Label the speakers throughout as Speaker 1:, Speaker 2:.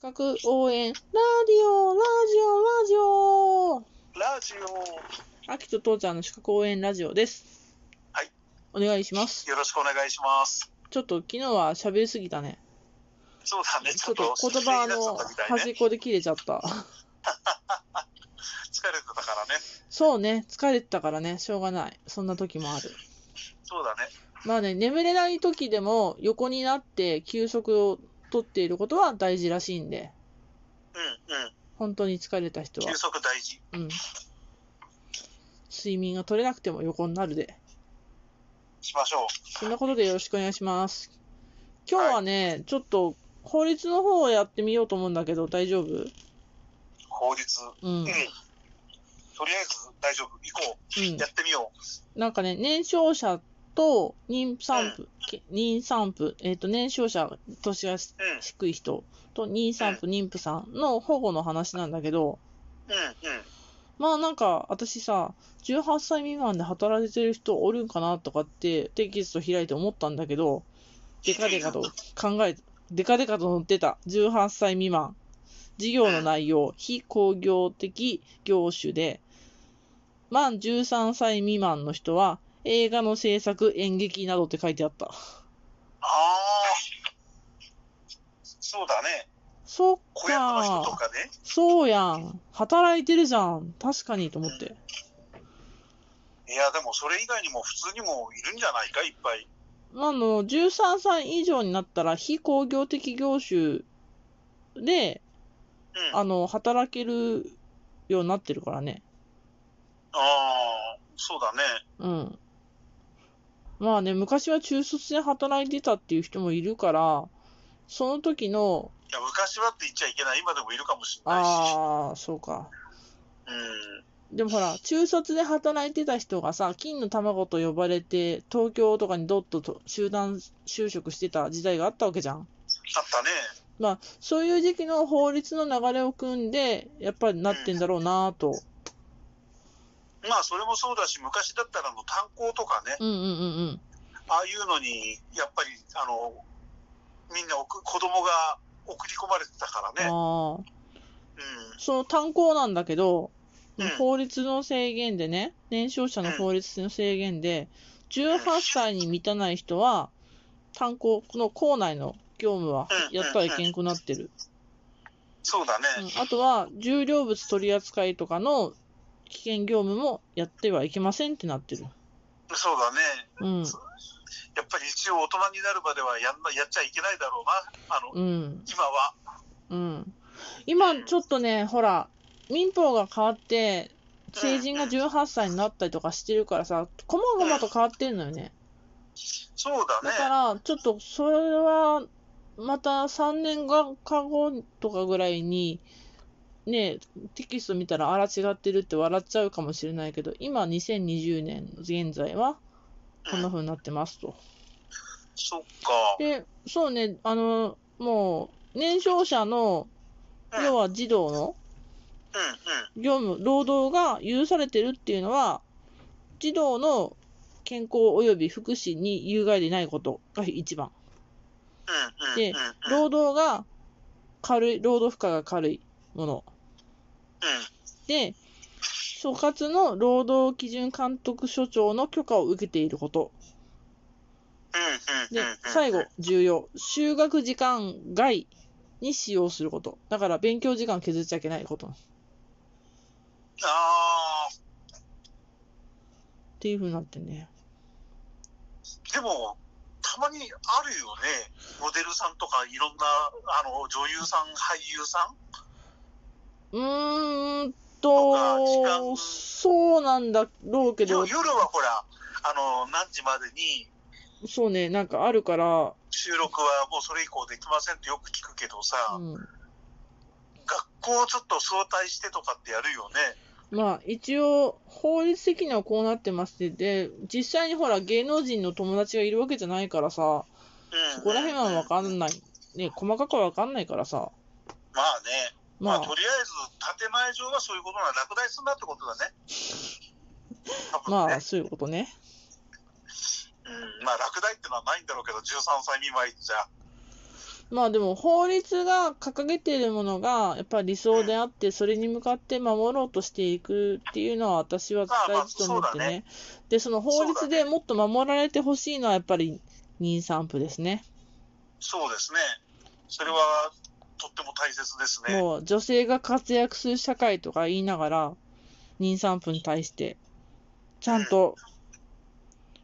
Speaker 1: 覚応援、ラジオ、ラジオ、ラジ
Speaker 2: ラジオ、よ
Speaker 1: オ。秋と父ちゃんの資格応援ラジオです。
Speaker 2: はい。
Speaker 1: お願いします。
Speaker 2: ろしくお願いします。
Speaker 1: ちょっと昨日は喋りすぎたね。
Speaker 2: そうだね、
Speaker 1: ち
Speaker 2: ち
Speaker 1: ょっ
Speaker 2: ょっ
Speaker 1: と
Speaker 2: と
Speaker 1: 言葉の
Speaker 2: 不思議になっちゃったみたい
Speaker 1: 端
Speaker 2: ね
Speaker 1: っこで切れちゃった。
Speaker 2: 疲れてたからね。
Speaker 1: そうね、疲れてたからね、しょうがない。そんな時もある。
Speaker 2: そうだね。
Speaker 1: まあね、眠れない時でも横になって休息をとっていることは大事らしいんで、
Speaker 2: うんうん。
Speaker 1: 本当に疲れた人は
Speaker 2: 休、息大事。
Speaker 1: うん。睡眠が取れなくても横になるで。
Speaker 2: しましょう。
Speaker 1: そんなことでよろしくお願いします。今日はね、ちょっと法律の方をやってみようと思うんだけど、大丈夫
Speaker 2: 法律。
Speaker 1: うん
Speaker 2: うん。。とりあえず大丈夫。行こ
Speaker 1: うん
Speaker 2: う。や。ってみよう。
Speaker 1: なんかね、年少者と妊産婦、け妊産婦、えっ、と、年少者、年が
Speaker 2: うん。うん
Speaker 1: 低い人と妊産婦、妊婦さんの保護の話なんだけど、
Speaker 2: うん。
Speaker 1: まあなんか、私さ、18歳未満で働いてる人おるんかなとかって、テキスト開いて思ったんだけど、デカデカと考え、デカデカと載ってた。18歳未満。事業の内容、非工業的業種で、満13歳未満の人は、映画の制作、演劇などって書いてあった。
Speaker 2: あー。そうだね。
Speaker 1: そっ
Speaker 2: 小屋の人と
Speaker 1: か、
Speaker 2: かね。
Speaker 1: そうやん。働いてるじゃん。確かにと思って。
Speaker 2: いや、でもそれ以外にも普通にもいるんじゃないか、いっぱい。
Speaker 1: あの、13歳以上になったら、非工業的業種で、
Speaker 2: うん。
Speaker 1: あ
Speaker 2: あ
Speaker 1: の、働けるようになってるからね。
Speaker 2: あー。そうだね。
Speaker 1: うん。まあね、昔は中卒で働いてたっていう人もいるから、その時の、
Speaker 2: いや、昔はって言っちゃいけない。今でもいるかもしれないし。
Speaker 1: ああ、そうか。
Speaker 2: うん。
Speaker 1: でもほら、中卒で働いてた人がさ、金の卵と呼ばれて、東京とかにどっとと集団就職してた時代があったわけじゃん。
Speaker 2: あったね。
Speaker 1: まあ、そういう時期の法律の流れを組んで、やっぱりなってんだろうなぁと。
Speaker 2: まあそれもそうだし、昔だったらあの炭鉱とかね、
Speaker 1: うんうんうんうん。
Speaker 2: ああいうのにやっぱりあのみんな送子供が送り込まれてたから
Speaker 1: あ
Speaker 2: ね、
Speaker 1: あ。
Speaker 2: うん、
Speaker 1: その炭鉱なんだけど、
Speaker 2: うん
Speaker 1: 法律の制限でね、年少者の法律の制限で、18歳に満たない人は、炭鉱の校内の業務は
Speaker 2: うんうん
Speaker 1: やったらいけんくなってる。
Speaker 2: そうだね、
Speaker 1: うん、あとは、重量物取り扱いとかの危険業務もやってはいけませんってなってる。
Speaker 2: そうだね、
Speaker 1: うん。
Speaker 2: やっぱり一応大人になるまではやんなやっちゃいけないだろうな、あの
Speaker 1: うん。
Speaker 2: 今は。
Speaker 1: うん、今ちょっとね、ほら、民法が変わって、成人が18歳になったりとかしてるからさ、こまごまと変わってんのよね。
Speaker 2: そうだね
Speaker 1: だ、から、ちょっとそれは、また3年がか後とかぐらいに、ね、テキスト見たらあら違ってるって笑っちゃうかもしれないけど、今2020年の現在はこんな
Speaker 2: うん
Speaker 1: 風になってますと。
Speaker 2: そっか、
Speaker 1: で、そうね、あの、もう、年少者の、
Speaker 2: うん
Speaker 1: 要は児童の
Speaker 2: うんうん、
Speaker 1: 業務、労働が許されてるっていうのは、児童の健康及び福祉に有害でないことが一番。
Speaker 2: うんうん、
Speaker 1: で
Speaker 2: うんうん、
Speaker 1: 労働が軽い、労働負荷が軽いもの。
Speaker 2: うん
Speaker 1: で、所轄の労働基準監督署長の許可を受けていること。
Speaker 2: うん
Speaker 1: で
Speaker 2: うんうん、、
Speaker 1: 最後、重要。就学時間外に使用すること。だから、勉強時間削っちゃいけないこと。っ
Speaker 2: ああ、
Speaker 1: ていうふうになってんね。
Speaker 2: でも、たまにあるよね、モデルさんとか、いろんなあの女優さん、俳優さん。
Speaker 1: うーん
Speaker 2: とか時
Speaker 1: と、
Speaker 2: 間
Speaker 1: そうなんだろうけど
Speaker 2: よ、夜はほら、あの何時までに
Speaker 1: そうね、なんかあるから、
Speaker 2: 収録はもうそれ以降できませんってよく聞くけどさ、
Speaker 1: うん、
Speaker 2: 学校をちょっと早退してとかってやるよね。
Speaker 1: まあ一応、法律的にはこうなってまして、で、実際にほら、芸能人の友達がいるわけじゃないからさ、
Speaker 2: うん、
Speaker 1: そこら辺はわか
Speaker 2: うん
Speaker 1: ない。ね、細かくはわかんないからさ、
Speaker 2: まあね、まあ、
Speaker 1: まあ
Speaker 2: と、りあえず建前上はそういうことなら落第するなってことだね。多分
Speaker 1: ま
Speaker 2: ね
Speaker 1: あ、そういうことね。
Speaker 2: うん、まあ落第ってのはないんだろうけど、13歳未満じゃ。
Speaker 1: まあでも法律が掲げているものがやっぱり理想であってそれに向かって守ろうとしていくっていうのは私は大事と思って
Speaker 2: まあまあそうだ
Speaker 1: ね。で、その法律でもっと守られてほしいのはやっぱり妊産婦ですね。
Speaker 2: そうですね。それはとっても大切ですね。
Speaker 1: もう女性が活躍する社会とか言いながら妊産婦に対してちゃんと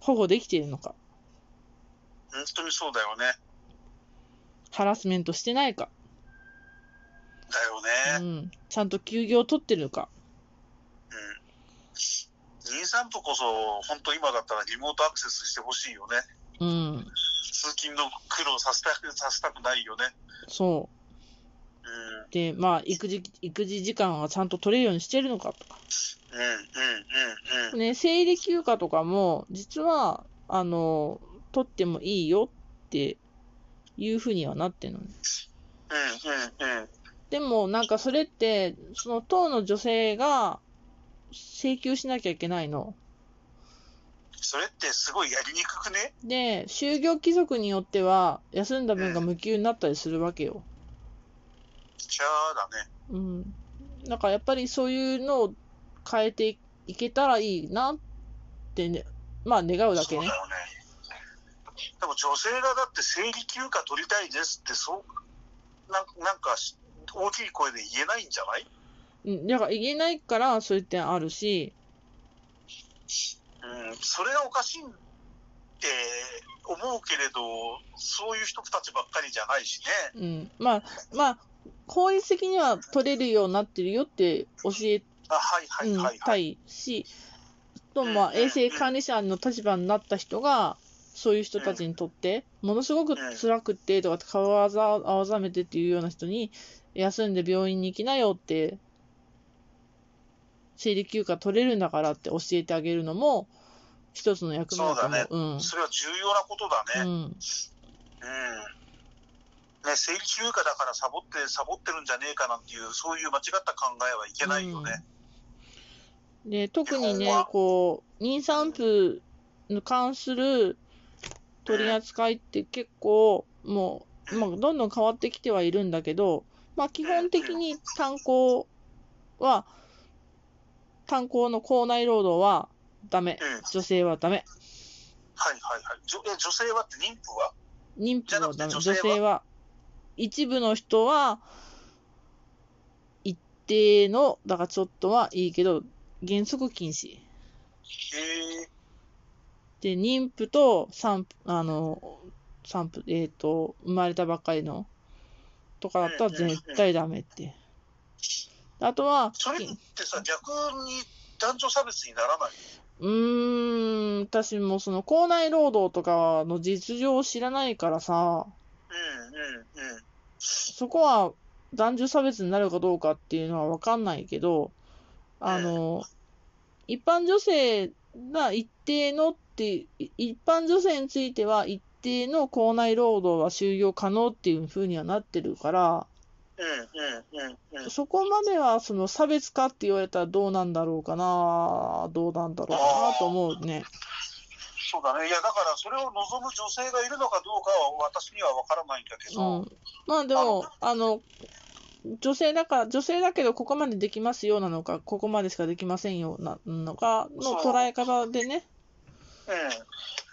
Speaker 1: 保護できているのか、
Speaker 2: 本当にそうだよね。
Speaker 1: ハラスメントしてないか、
Speaker 2: だよ
Speaker 1: う
Speaker 2: ね。
Speaker 1: ん、ちゃんと休業を取ってるか。
Speaker 2: うん。妊産婦こそ、本当今だったらリモートアクセスしてほしいよね。
Speaker 1: うん、
Speaker 2: 通勤の苦労させたさせたくないよね。
Speaker 1: そう。
Speaker 2: うん。
Speaker 1: で、まあ、育児、育児時間はちゃんと取れるようにしてるのかとか。
Speaker 2: うんうんうんうん。
Speaker 1: ね、生理休暇とかも、実は、あの、取ってもいいよっていうふうにはなってるのね。
Speaker 2: うんうんうん。
Speaker 1: でも、なんかそれって、その当の女性が請求しなきゃいけないの。
Speaker 2: それってすごいやりにくくね
Speaker 1: で、就業規則によっては、休んだ分が無給になったりするわけよ。
Speaker 2: ちゃーだね。
Speaker 1: うん。なんかやっぱりそういうのを変えていけたらいいなってね、まあ願うだけ
Speaker 2: そう
Speaker 1: ね
Speaker 2: だ。よね。でも女性がだって生理休暇取りたいですって、そう、なんなんかし大きい声で言えないんじゃない
Speaker 1: うんだから言えないからそういう点あるし、
Speaker 2: うん、それがおかしいって思うけれど、そういう人たちばっかりじゃないしね。
Speaker 1: うん、まあまあ効率的には取れるようになってるよって教え
Speaker 2: あ、はいはい
Speaker 1: うん
Speaker 2: はい
Speaker 1: た
Speaker 2: はい。
Speaker 1: いし、とまあ衛生管理者の立場になった人がそういう人たちにとってものすごく辛くってとか顔をあざあわざめてっていうような人に休んで病院に行きなよって生理休暇取れるんだからって教えてあげるのも一つの役目だと思う。うん
Speaker 2: それは重要なことだ
Speaker 1: う
Speaker 2: ね。
Speaker 1: ん
Speaker 2: うんね、生理休暇だからサボって、サボってるんじゃねえかなんていう、そういう間違った考えはいけないよね。
Speaker 1: うんで特に
Speaker 2: 基本
Speaker 1: ね
Speaker 2: は、
Speaker 1: こう、妊産婦に関する取り扱いって結構、もう、まあ、どんどん変わってきてはいるんだけど、まあ、基本的に炭鉱は、炭鉱の校内労働はダメ。
Speaker 2: うん、はい
Speaker 1: 女性はダメ。
Speaker 2: はいはい。じょえ女性はって妊婦は
Speaker 1: 妊婦はダメ。
Speaker 2: じゃなくて女
Speaker 1: 女
Speaker 2: 性は
Speaker 1: 性は、一部の人は、一定の、だからちょっとはいいけど、原則禁止。
Speaker 2: へえ
Speaker 1: で、妊婦と産婦、あの、産婦、えっ、と、生まれたばっかりのとかだったら絶対ダメって。あとは、
Speaker 2: それってさ、逆に男女差別にならないう
Speaker 1: ーん、私もその、校内労働とかの実情を知らないからさ、
Speaker 2: うんうんうん。
Speaker 1: そこは男女差別になるかどうかっていうのはわかんないけど、あの、一般女性が一定のって、い一般女性については一定の校内労働は就業可能っていうふうにはなってるから、
Speaker 2: うんうんうんうん。
Speaker 1: そこまではその差別化って言われたらどうなんだろうかな、どうなんだろうかなと思うね。
Speaker 2: そうだね。いや、だからそれを望む女性がいるのかどうかは私には分からないんだけ
Speaker 1: う
Speaker 2: ど、
Speaker 1: ん。まあでも、あの、女性だから、女性だけどここまでできますよなのか、ここまでしかできませんよなのか、の捉え方でね。
Speaker 2: ええ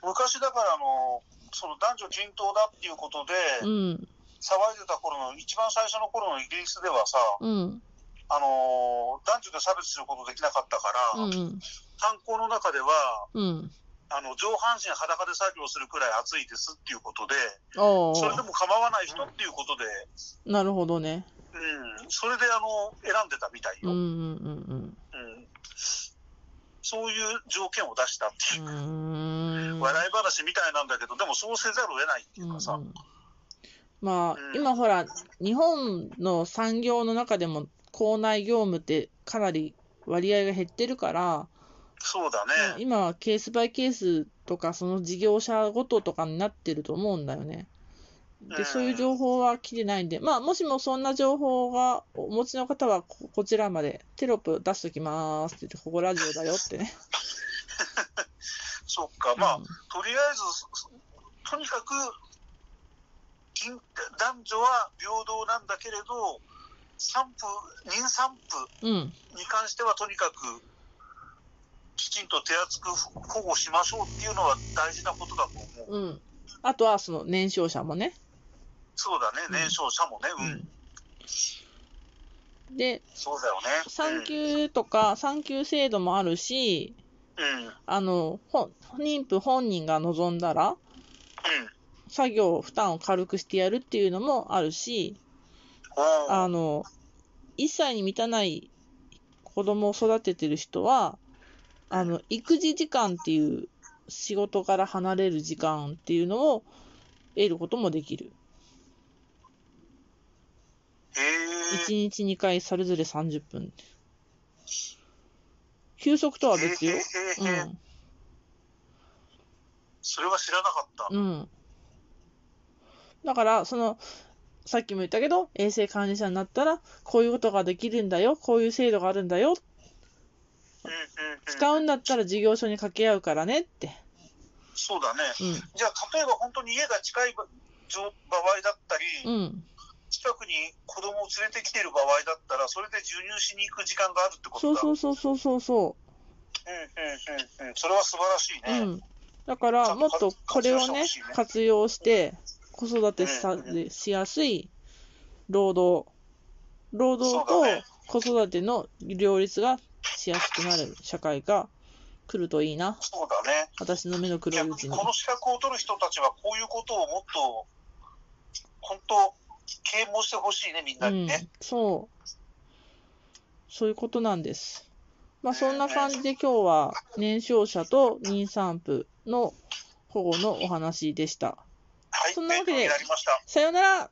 Speaker 2: 昔だからあの、その男女均等だっていうことで、
Speaker 1: うん、
Speaker 2: 騒いでた頃の、一番最初の頃のイギリスではさ、
Speaker 1: うん、
Speaker 2: あのー男女で差別することできなかったか
Speaker 1: う
Speaker 2: ら、
Speaker 1: ん、
Speaker 2: 炭鉱の中では、
Speaker 1: うん。
Speaker 2: あの、上半身裸で作業するくらい暑いですっていうことで、
Speaker 1: お
Speaker 2: それで
Speaker 1: ー
Speaker 2: も構わない人っていうことで、
Speaker 1: なるほどね。
Speaker 2: うん、それであの、選んでたみたい
Speaker 1: うん、
Speaker 2: よ。
Speaker 1: う
Speaker 2: うん
Speaker 1: ん、
Speaker 2: そういう条件を出したって
Speaker 1: う
Speaker 2: いう、
Speaker 1: ん。うーん。
Speaker 2: 笑い話みたいなんだけど、でもそうせざるを得ないっていうかさ、
Speaker 1: うんうんまあ、
Speaker 2: うん
Speaker 1: 今ほら、日本の産業の中でも、校内業務ってかなり割合が減ってるから、
Speaker 2: そうだ
Speaker 1: もう
Speaker 2: ね。
Speaker 1: 今はケースバイケースとか、その事業者ごととかになってると思うんだよね。
Speaker 2: う
Speaker 1: で、
Speaker 2: ん
Speaker 1: そういう情報は来てないんで、まあ、もしもそんな情報がお持ちの方は、ここちらまでテロップ出しときますって言って、ここラジオだよってね。
Speaker 2: そっか、まあ、とりあえず、とにかく、人男女は平等なんだけれど、産婦、妊産婦
Speaker 1: うん。
Speaker 2: に関してはとにかく、きちんと手厚く保護しましょうっていうのは大事なことだと思う。
Speaker 1: うん。あとは、その、年少者もね。
Speaker 2: そうだね、
Speaker 1: うん
Speaker 2: 年少者もね、うん、
Speaker 1: うん。で、
Speaker 2: そうだよね。
Speaker 1: 産休とか、産休制度もあるし、
Speaker 2: うん、うん、うん、
Speaker 1: あの、ほ妊婦本人が望んだら、作業、負担を軽くしてやるっていうのもあるし、
Speaker 2: おー
Speaker 1: あの、1歳に満たない子供を育ててる人は、あの、育児時間っていう仕事から離れる時間っていうのを得ることもできる。
Speaker 2: へ
Speaker 1: 1
Speaker 2: え、
Speaker 1: 日2回それぞれ30分。休息とは別よ
Speaker 2: へ。ーへーへーそれは知らなかった。
Speaker 1: うん。うん。だから、その、さっきも言ったけど、衛生管理者になったら、こういうことができるんだよ、こういう制度があるんだよ
Speaker 2: うんうんうん、
Speaker 1: 使うんだったら事業所に掛け合うからねって。
Speaker 2: そうだね。
Speaker 1: う
Speaker 2: じゃあ、例えば本当に家が近い場場合だったり、
Speaker 1: ん。うん。
Speaker 2: 近くに子供を連れてきてる場合だったら、それで授乳しに行く時間があるってこ
Speaker 1: そ
Speaker 2: と
Speaker 1: う
Speaker 2: だ。
Speaker 1: そうそうそうそうそ。
Speaker 2: うんうんうんうん。それは素晴らしい
Speaker 1: う
Speaker 2: うね。
Speaker 1: ん。だから、もっとこれをね、活用して、子育てさしやすい労働、労働
Speaker 2: そう
Speaker 1: と
Speaker 2: だね
Speaker 1: 子育ての両立がしやすくなる社会が来るといいな。
Speaker 2: そうだね。
Speaker 1: 私の目の黒
Speaker 2: 逆
Speaker 1: いう
Speaker 2: に
Speaker 1: ちに
Speaker 2: こ。の資格を取る人たちは、こういうことをもっと、本当、啓蒙してほしいね、みん
Speaker 1: う
Speaker 2: なに
Speaker 1: ん
Speaker 2: ね。、
Speaker 1: そう。そういうことなんです。まあ、そんな感じで今日は年少者と妊産婦の保護のお話でした。
Speaker 2: はい、
Speaker 1: そんなわけで
Speaker 2: 勉強になりました。
Speaker 1: さようなら